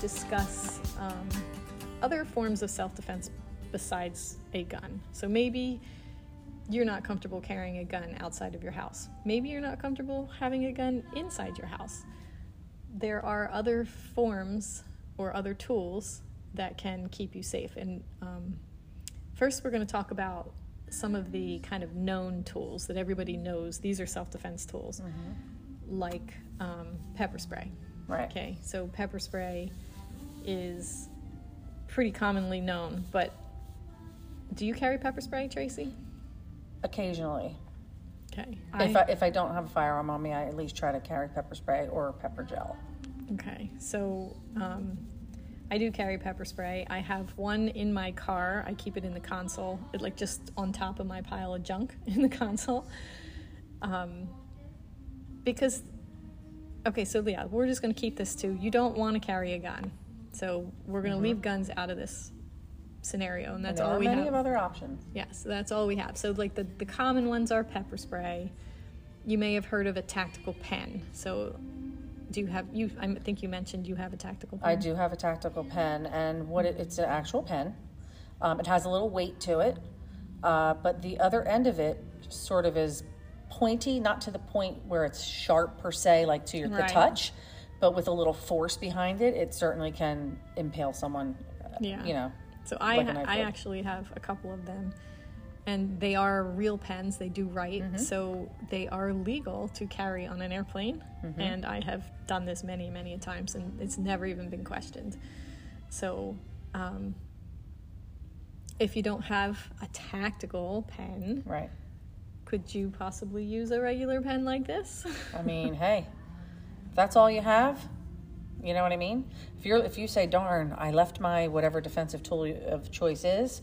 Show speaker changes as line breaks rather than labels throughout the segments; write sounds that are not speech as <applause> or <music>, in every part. discuss um, other forms of self defense besides a gun. So maybe you're not comfortable carrying a gun outside of your house. Maybe you're not comfortable having a gun inside your house. There are other forms or other tools that can keep you safe. And um, first, we're going to talk about some of the kind of known tools that everybody knows. These are self defense tools, like um, pepper spray.
Right.
Okay, so pepper spray is pretty commonly known, but do you carry pepper spray, Tracy?
Occasionally.
Okay.
If I, if I don't have a firearm on me, I at least try to carry pepper spray or pepper gel.
Okay, so um, I do carry pepper spray. I have one in my car. I keep it in the console, it, like just on top of my pile of junk <laughs> in the console. Um, because, okay, so yeah, we're just going to keep this to you don't want to carry a gun. So we're going to leave guns out of this scenario, and that's
Mm-hmm. there
all
are
we
many
have.
of other options.
Yeah, so that's all we have. So like the, the common ones are pepper spray. You may have heard of a tactical pen. So do you have you I think you mentioned you have a tactical pen.
I do have a tactical pen, and what it, it's an actual pen. Um, it has a little weight to it, uh, but the other end of it sort of is pointy, not to the point where it's sharp per se, like to your,
Right.
the touch, but with a little force behind it, it certainly can impale someone. uh,
Yeah.
You know.
So I
like a
ha-
knife
I
would.
actually have a couple of them. And they are real pens, they do write.
Mm-hmm.
So they are legal to carry on an airplane.
Mm-hmm.
And I have done this many, many a times and it's never even been questioned. So um, if you don't have a tactical pen,
Right.
could you possibly use a regular pen like this? <laughs>
I mean, hey, if that's all you have. You know what I mean? If you're if you say, "Darn, I left my whatever defensive tool of choice is,"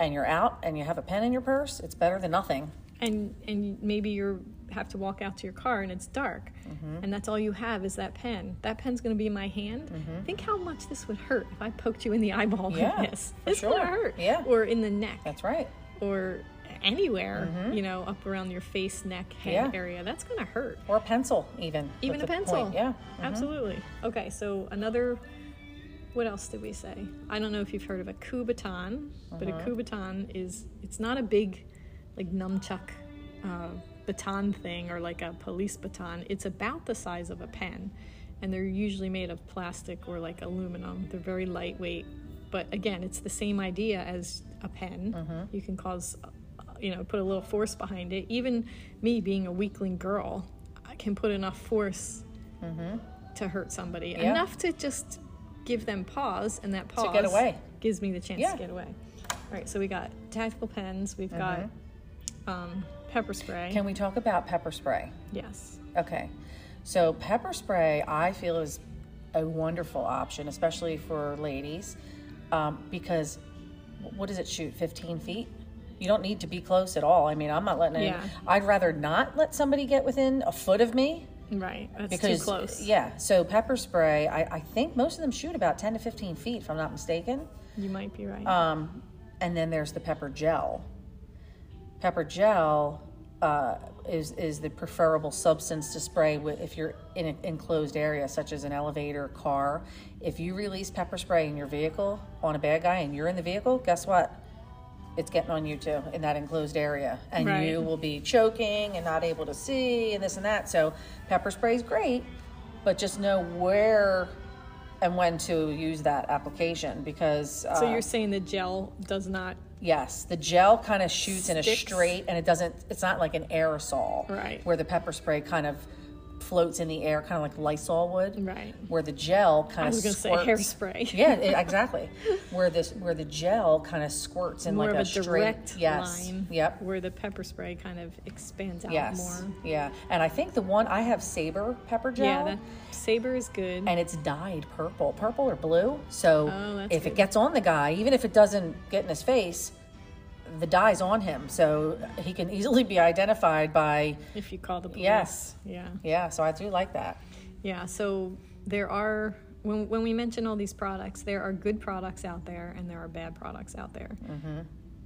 and you're out and you have a pen in your purse, it's better than nothing.
and and maybe you have to walk out to your car and it's dark,
Mm-hmm.
and that's all you have is that pen. That pen's going to be in my hand. Think how much this would hurt if I poked you in the <laughs> eyeball
Mm-hmm. Yeah,
with this.
for
This would
sure.
hurt.
Yeah.
Or in the neck,
That's right.
or anywhere. You know, up around your face, neck, head
Mm-hmm. Yeah.
area. That's going to hurt.
Or a pencil, even. with
Even a
the point.
pencil.
Yeah. Mm-hmm.
Absolutely. Okay, so another. What else did we say? I don't know if you've heard of a kubaton, but a
Mm-hmm.
kubaton is it's not a big, like nunchuck, uh, baton thing or like a police baton. It's about the size of a pen, and they're usually made of plastic or like aluminum. They're very lightweight, but again, it's the same idea as a pen.
Mm-hmm.
You can cause, uh, you know, put a little force behind it. Even me being a weakling girl, I can put enough force
Mm-hmm.
to hurt somebody enough to just give them pause and that pause
get away.
gives me the chance
Yeah.
to get away all right so we got tactical pens we've got um, pepper spray
Mm-hmm. Can we talk about pepper spray?
yes
Okay. So pepper spray, I feel is a wonderful option, especially for ladies, um, because wh- what does it shoot? 15 feet? You don't need to be close at all. I mean, I'm not letting.
Yeah.
Any, I'd rather not let somebody get within a foot of me
right that's
because
too close
yeah. So pepper spray, I, I think most of them shoot about 10 to 15 feet, if I'm not mistaken.
you might be right
Um, and then there's the pepper gel. Pepper gel uh, is is the preferable substance to spray with if you're in an enclosed area, such as an elevator, car. If you release pepper spray in your vehicle on a bad guy and you're in the vehicle, guess what? It's getting on you too in that enclosed area, and
Right.
you will be choking and not able to see and this and that. So pepper spray is great, but just know where and when to use that application because uh,
so you're saying the gel does not
Yes, the gel kind of shoots in a
Sticks.
straight, and it doesn't. It's not like an aerosol,
Right.
Where the pepper spray kind of floats in the air, kind of like Lysol would,
right
Where the gel
i
kind
was
of
going to say
squirts.
hairspray <laughs>
<laughs> yeah, it- exactly. Where this, where the gel kind of squirts in
more
like
of a
straight.
direct
yes.
line
Yep.
where the pepper spray kind of expands out
Yes.
more
Yeah, and I think the one I have Saber pepper gel.
yeah that saber is good
and it's dyed purple, purple or blue. So
Oh, that's
if
good.
it gets on the guy, even if it doesn't get in his face, the dye's on him, so he can easily be identified by.
if you call the police
Yes.
yeah
Yeah, so I do like that.
Yeah, so there are when when we mention all these products, there are good products out there and there are bad products out there.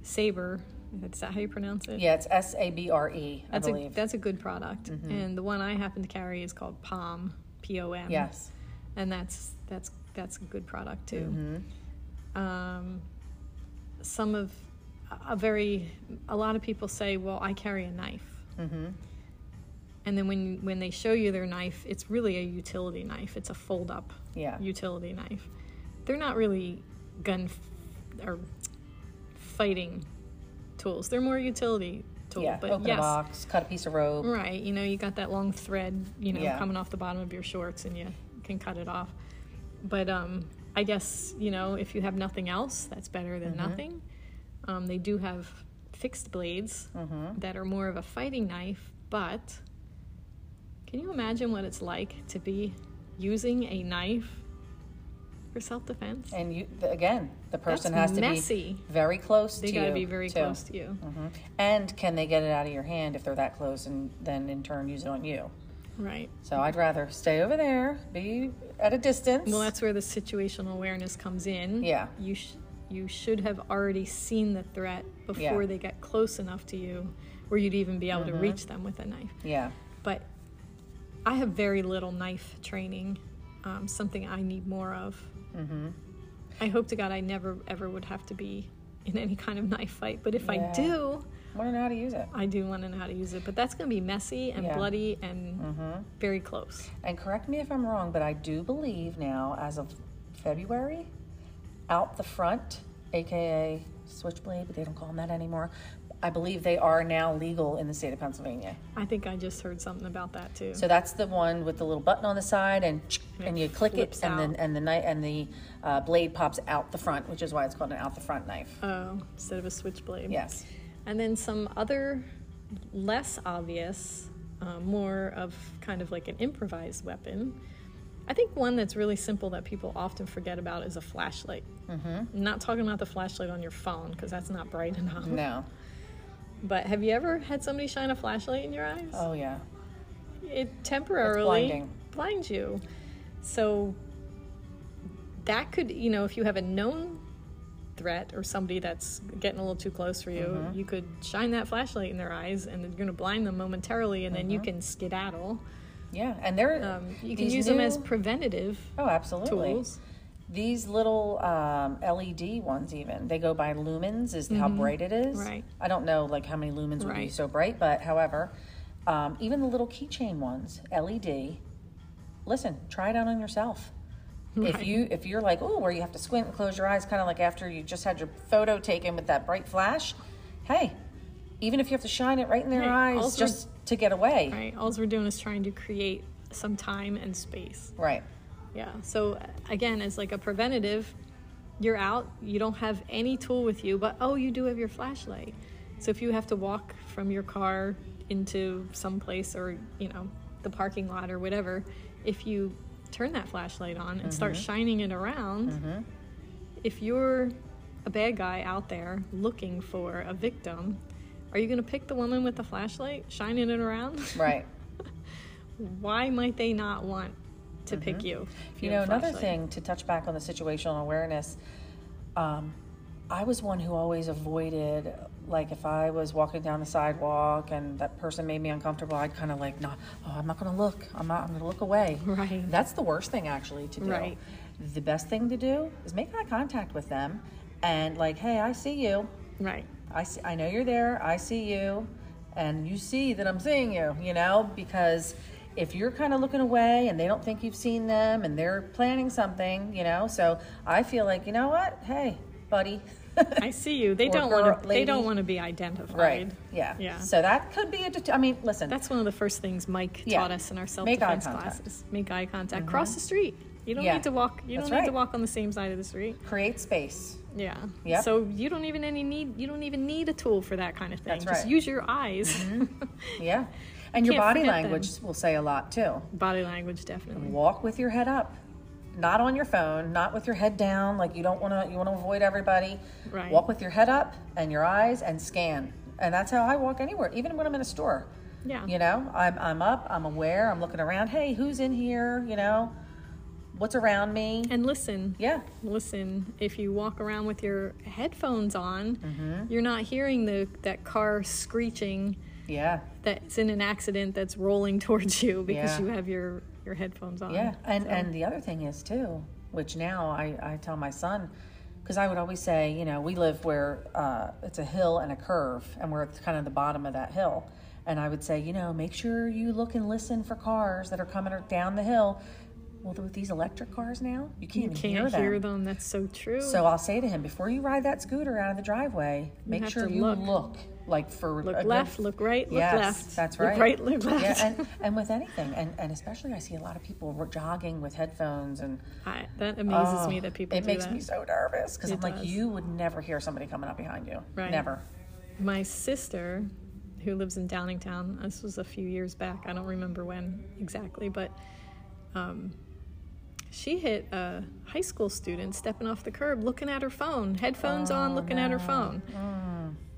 Saber, is that how you pronounce it?
Mm-hmm. Yeah, it's S A B R E, I
that's a
believe. Mm-hmm.
that's a good product, and the one I happen to carry is called Palm, P O M.
yes,
and that's that's that's a good product too.
Mm-hmm.
Um, some of a very a lot of people say, well, I carry a knife.
Mm-hmm.
And then when when they show you their knife, it's really a utility knife. It's a fold up
Yeah.
utility knife. They're not really gun f- or fighting tools. They're more utility tool.
yeah.
but
Open
yes, Mm.
a box, cut a piece of rope.
Right. You know, you got that long thread, you know,
Yeah.
coming off the bottom of your shorts and you can cut it off. But um, I guess, you know, if you have nothing else, that's better than
Mm-hmm.
nothing. Um, they do have fixed blades
Mm-hmm.
that are more of a fighting knife, but can you imagine what it's like to be using a knife for self defense?
And you th- again, the person
That's
has to
messy.
be very close
They
to
got to
you.
be very
too. Mm. Mm-hmm.
close to you.
And can they get it out of your hand if they're that close, and then in turn use it on you?
Right.
So I'd rather stay over there, be at a distance.
Well, that's where the situational awareness comes in.
Yeah.
You sh- you should have already seen the threat before
Yeah. Mm-hmm.
they get close enough to you, where you'd even be able to reach them with a knife.
yeah,
But I have very little knife training. Um, something I need more of.
Mm-hmm.
I hope to God I never ever would have to be in any kind of knife fight. But if I
Yeah.
do,
learn how to use it
I do want to know how to use it. But that's going to be messy and
Yeah. Mm-hmm.
bloody and very close.
And correct me if I'm wrong, but I do believe now, as of February, out the front, aka Switchblade, but they don't call them that anymore. I believe they are now legal in the state of Pennsylvania.
I think I just heard something about that too.
So that's the one with the little button on the side, and and you click it,
flips
and then
out.
and the knife and the uh, blade pops out the front, which is why it's called an out the front knife.
Oh, instead of a switchblade.
Yes.
And then some other less obvious, uh, more of kind of like an improvised weapon. I think one that's really simple that people often forget about is a flashlight. Mm-hmm. Not talking about the flashlight on your phone because that's not bright <laughs> enough.
No.
But have you ever had somebody shine a flashlight in your eyes?
Oh yeah.
it temporarily
blinding.
blinds you. So that could, you know, if you have a known threat or somebody that's getting a little too close for you,
Mm-hmm.
you could shine that flashlight in their eyes and you're going to blind them momentarily and then you can skedaddle.
Yeah. Mm-hmm. And they're
Um, you can
these
use them as
new-
preventative
oh absolutely
tools.
these little um, LED ones even they go by lumens is how bright it is.
Mm-hmm. Right.
I don't know like how many lumens would be
Right.
so bright, but however, um, even the little keychain ones LED. Listen, try it out on yourself. If you if you're like oh where you have to squint and close your eyes, kind of like after you just had your photo taken with that bright flash, hey, even if you have to shine it right in their
Hey,
eyes
also-
just to get away,
Right? All we're doing is trying to create some time and space.
right?
Yeah. So uh, again, as like a preventative, you're out. You don't have any tool with you, but oh, you do have your flashlight. So if you have to walk from your car into some place or you know the parking lot or whatever, if you turn that flashlight on and start
Mm-hmm.
shining it around, if you're a bad guy out there looking for a victim, are you going to pick the woman with the flashlight shining it around?
Right.
<laughs> Why might they not want to pick you? if
Mm-hmm. You know,
have a
another
flashlight?
thing to touch back on the situational awareness, um, I was one who always avoided, like, if I was walking down the sidewalk and that person made me uncomfortable, I'd kind of like, no, oh, I'm not going to look. I'm not. I'm going to look away.
Right.
That's the worst thing actually to do.
Right.
The best thing to do is make eye contact with them, and like, hey, I see you.
Right.
I see, I know you're there. I see you, and you see that I'm seeing you. You know, because if you're kind of looking away and they don't think you've seen them and they're planning something, you know. So I feel like you know what? Hey, buddy. <laughs>
I see you. They
Or
don't want to.
girl-
They don't
lady.
want to be identified.
right. Yeah.
Yeah.
So that could be a. Det- I mean, listen.
That's one of the first things Mike
Yeah.
taught us in our
eye
self-defense
contact. Mm-hmm.
classes. Make eye contact. Cross the street. You don't
Yeah.
need to walk. You
That's
don't need to
right.
walk on the same side of the street.
create space.
Yeah.
Yep.
So you don't even any need. You don't even need a tool for that kind of thing.
That's
Just
right. Mm-hmm.
use your eyes.
Yeah. And your
Can't
body
forget them.
language will say a lot too.
<laughs> Body language, definitely.
Walk with your head up. Not on your phone, not with your head down, like you don't want to you want to avoid everybody.
Right.
Walk with your head up and your eyes and scan. And that's how I walk anywhere, even when I'm in a store.
Yeah.
You know, I'm I'm up, I'm aware, I'm looking around, hey, who's in here, you know? What's around me?
And listen.
Yeah.
Listen. If you walk around with your headphones on,
Mm-hmm.
you're not hearing the that car screeching.
Yeah.
that's in an accident that's rolling <laughs> towards you because
Yeah.
you have your your headphones on.
Yeah, and and the other thing is too, which now I, I tell my son, because I would always say, you know, we live where uh, it's a hill and a curve, and we're at kind of the bottom of that hill. And I would say, you know, make sure you look and listen for cars that are coming down the hill. Well, with these electric cars now, you can't,
You
even
can't
hear them.
That's so true.
So I'll say to him, before you ride that scooter out of the driveway, make
have
sure
to
you
look.
look. like for
look
a good-
left, look right, look
yes,
left.
that's right.
Look right, look left.
Yeah, and, and with anything, and, and especially I see a lot of people were jogging with headphones, and
<laughs> I, that amazes
oh,
me that people
It
do
makes
that.
me so nervous because
It
I'm like,
does.
you would never hear somebody coming up behind you,
Right.
never.
My sister, who lives in Downingtown, this was a few years back. I don't remember when exactly, but um, she hit a high school student stepping off the curb, looking at her phone, headphones
Oh,
on, looking at her phone.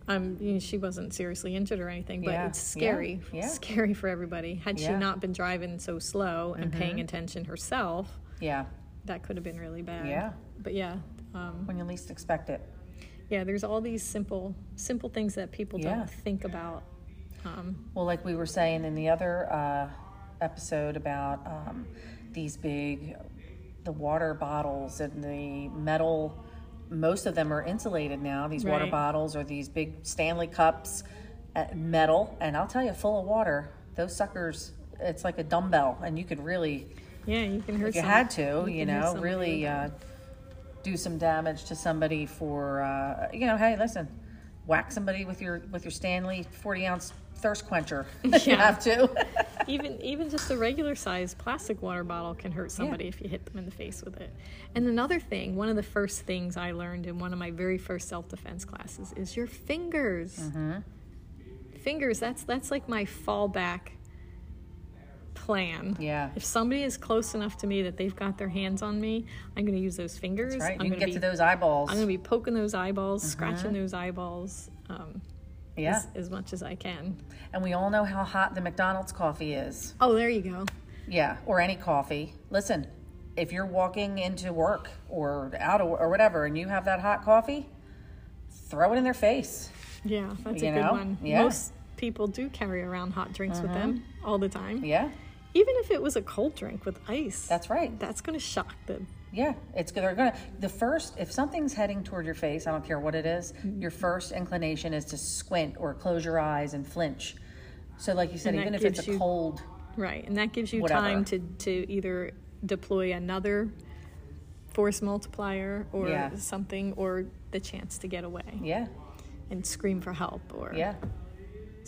Um, you know, she wasn't seriously injured or anything, but
Mm. Yeah,
it's
yeah,
scary,
yeah.
scary for everybody. Had she
Yeah. Mm-hmm.
not been driving so slow and paying attention herself,
Yeah,
that could have been really bad.
Yeah.
But yeah, um,
when you least expect it.
yeah. There's all these simple, simple things that people
Yeah.
don't think about. Um,
Well, like we were saying in the other uh, episode about um, these big, the water bottles and the metal, most of them are insulated now. These water
Right.
bottles or these big Stanley cups, uh, metal, and I'll tell you, full of water. Those suckers, it's like a dumbbell, and you could really,
Yeah, you can hurt.
if you
some-
had to,
can
you,
hurt
know,
somebody
really
with
uh, do some damage to somebody for, uh, you know, hey, listen, whack somebody with your with your Stanley forty ounce thirst quencher. <laughs> if you
Yeah.
have to.
that. <laughs> even even just a regular sized plastic water bottle can hurt somebody if you hit them in the face with it. And another thing, one of the first things I learned in one of my very first self defense classes is your fingers.
Mm-hmm.
Fingers. That's that's like my fallback plan.
Yeah. <laughs>
If somebody is close enough to me that they've got their hands on me, I'm going to use those fingers.
Right,
I'm
you
going
can get
be,
to those eyeballs.
I'm going to be poking those eyeballs, scratching those eyeballs. Um,
Uh-huh. yeah,
as, as much as I can.
and we all know how hot the McDonald's coffee is.
Oh, there you go.
Yeah, or any coffee. Listen, if you're walking into work or out of, or whatever, and you have that hot coffee, throw it in their face.
Yeah, that's
You
a good
know?
one.
Yeah. Uh-huh.
Most people do carry around hot drinks with them all the time.
Yeah,
Even if it was a cold drink with ice,
that's right.
that's going to shock them.
Yeah, it's good. They're gonna the first if something's heading toward your face, I don't care what it is,
Mm-hmm.
your first inclination is to squint or close your eyes and flinch. So, like you said,
And that
even if it's
gives
a
you-
cold,
Right. And that gives you
Whatever.
time to, to either deploy another force multiplier or
Yeah.
something or the chance to get away
yeah,
and scream for help or
yeah,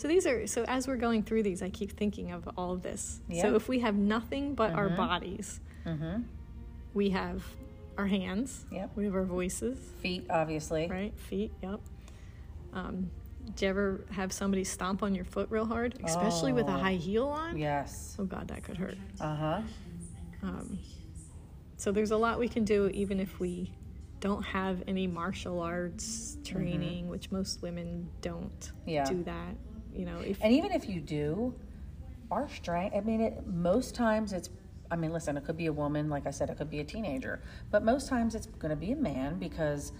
So these are so as we're going through these, I keep thinking of all of this.
Yeah. Mm-hmm.
So if we have nothing but our bodies, we have our hands,
Yep.
we have our voices,
feet obviously.
right? Feet, yep. Um, do you ever have somebody stomp on your foot real hard, especially with a high
Oh.
heel on?
Yes.
Oh God, that could hurt.
Uh huh.
Um, so there's a lot we can do even if we don't have any martial arts training, which most women don't
Mm-hmm. Yeah.
do that. You know, if
And even if you do, our strength, I mean, it, most times it's, I mean, listen, it could be a woman, like I said, it could be a teenager, but most times it's going to be a man because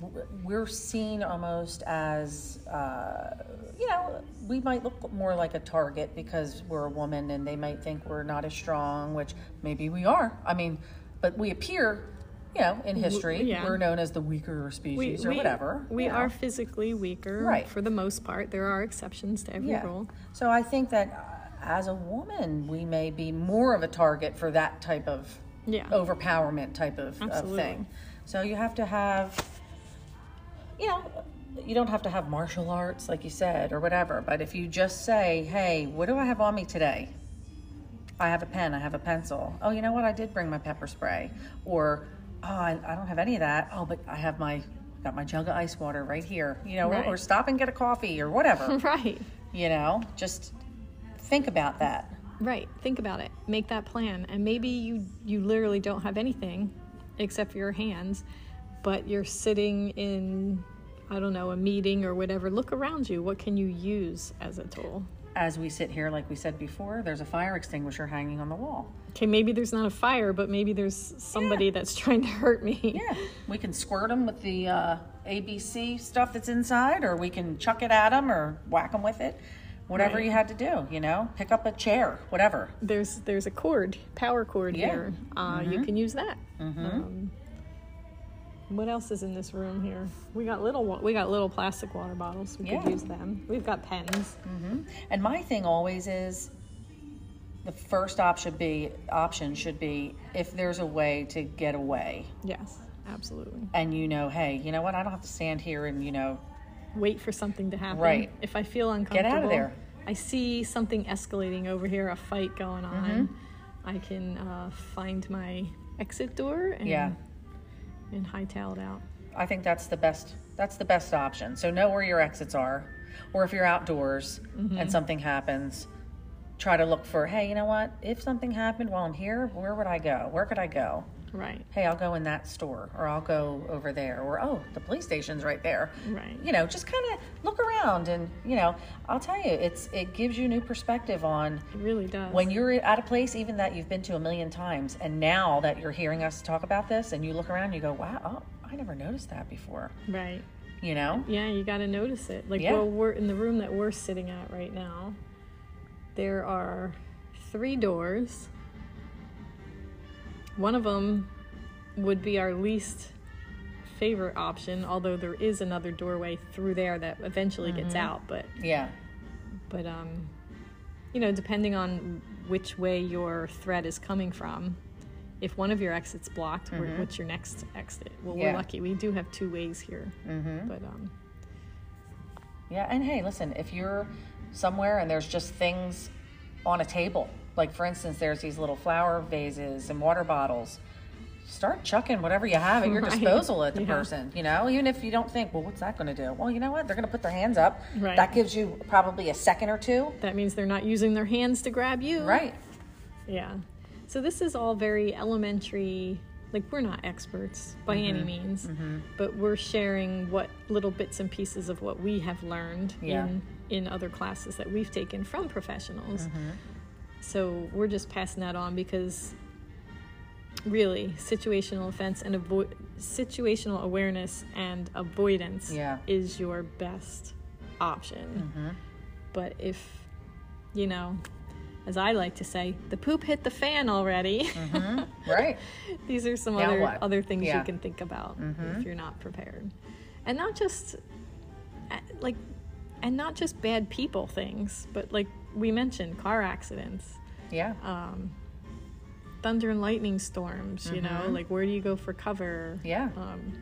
w- we're seen almost as, uh, you know, we might look more like a target because we're a woman and they might think we're not as strong, which maybe we are. I mean, but we appear. You know, in history,
yeah.
we're known as the weaker species or whatever.
We
you know.
are physically weaker
Right.
for the most part. There are exceptions to every rule.
So I think that uh, as a woman, we may be more of a target for that type of
Yeah.
Oh. overpowerment type of, of
Absolutely.
thing. So you have to have, you know, you don't have to have martial arts, like you said, or whatever. But if you just say, hey, what do I have on me today? I have a pen, I have a pencil. Oh, you know what? I did bring my pepper spray. Or, oh, I, I don't have any of that. Oh, but I have my. Got my jug of ice water right here, you know, or-
Right.
or stop and get a coffee or whatever.
<laughs> Right.
You know, just think about that.
Right. Think about it. Make that plan. And maybe you you literally don't have anything except for your hands, but you're sitting in I don't know, a meeting or whatever. Look around you. What can you use as a tool?
As we sit here, like we said before, there's a fire extinguisher hanging on the wall.
Okay, maybe there's not a fire, but maybe there's somebody that's trying to hurt me.
Yeah, we can squirt them with the uh, ABC stuff that's inside, or we can chuck it at them or whack them with it. whatever you had to do, you know, pick up a chair, whatever.
There's there's a cord, power cord
Yeah. Mm-hmm.
here. Uh, You can use that. Um, what else is in this room here? We got little wa- we got little plastic water bottles. We
Yeah.
could use them. We've got pens.
And my thing always is the first option be option should be if there's a way to get away
Yes, absolutely.
and you know, hey, you know what, I don't have to stand here and you know
Wait for something to happen.
Right.
If I feel uncomfortable,
there.
I see something escalating over here, a fight going on.
Mm-hmm.
I can uh, find my exit door and
Yeah.
and hightail it out.
I think that's the best that's the best option. So know where your exits are. Or if you're outdoors and something happens, try to look for, hey, you know what? If something happened while I'm here, where would I go? Where could I go?
Right.
Hey, I'll go in that store or I'll go over there or oh, the police station's right there.
Right.
You know, just kind of look around and, you know, I'll tell you, it's it gives you new perspective on
It really does.
when you're at a place even that you've been to a million times and now that you're hearing us talk about this and you look around you go, "Wow, oh, I never noticed that before."
right.
you know
Yeah, you got to notice it. Like,
Yeah.
well, we're in the room that we're sitting at right now. There are three doors. One of them would be our least favorite option, although there is another doorway through there that eventually gets
Mm-hmm.
out. But,
yeah
but um, you know, depending on which way your threat is coming from, if one of your exits blocked, where what's your next exit? Well,
Mm-hmm. Yeah. Mm-hmm.
we're lucky; we do have two ways here. But um,
yeah and hey listen if you're somewhere and there's just things on a table like for instance there's these little flower vases and water bottles start chucking whatever you have at your
Right.
disposal at the
Yeah.
person you know even if you don't think well what's that going to do well you know what they're going to put their hands up
Right.
that gives you probably a second or two
That means they're not using their hands to grab you.
right
Yeah. So this is all very elementary. Like we're not experts by
Mm-hmm.
any means, but we're sharing what little bits and pieces of what we have learned
Yeah.
in in other classes that we've taken from professionals. So we're just passing that on because really situational offense and avo- situational awareness and avoidance
Yeah. Mm-hmm.
is your best option. But if you know, as I like to say, the poop hit the fan already.
right
<laughs> These are some
Mm. Now
other
what?
other things
Yeah. Mm-hmm.
you can think about if you're not prepared, and not just uh, like, and not just bad people things, but like we mentioned, car accidents,
yeah
Uh, thunder and lightning storms. You know, like where do you go for cover?
Mm-hmm. yeah
Um,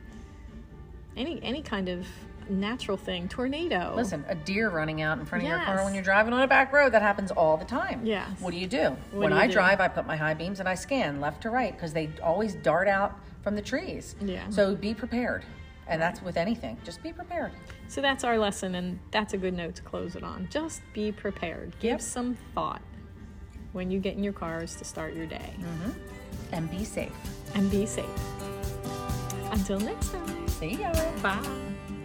any any kind of natural thing, tornado.
listen a deer running out in front of your car
Yes.
when you're driving on a back road that happens all the time
Yes.
what do you do when
do you
i
do?
drive i put my high beams and i scan left to right because they always dart out from the trees
Yeah.
so be prepared and that's with anything just be prepared
So that's our lesson, and that's a good note to close it on. Just be prepared. Give
Yep.
some thought when you get in your cars to start your day,
Mm. and be safe
and be safe. Until next time,
see ya
bye.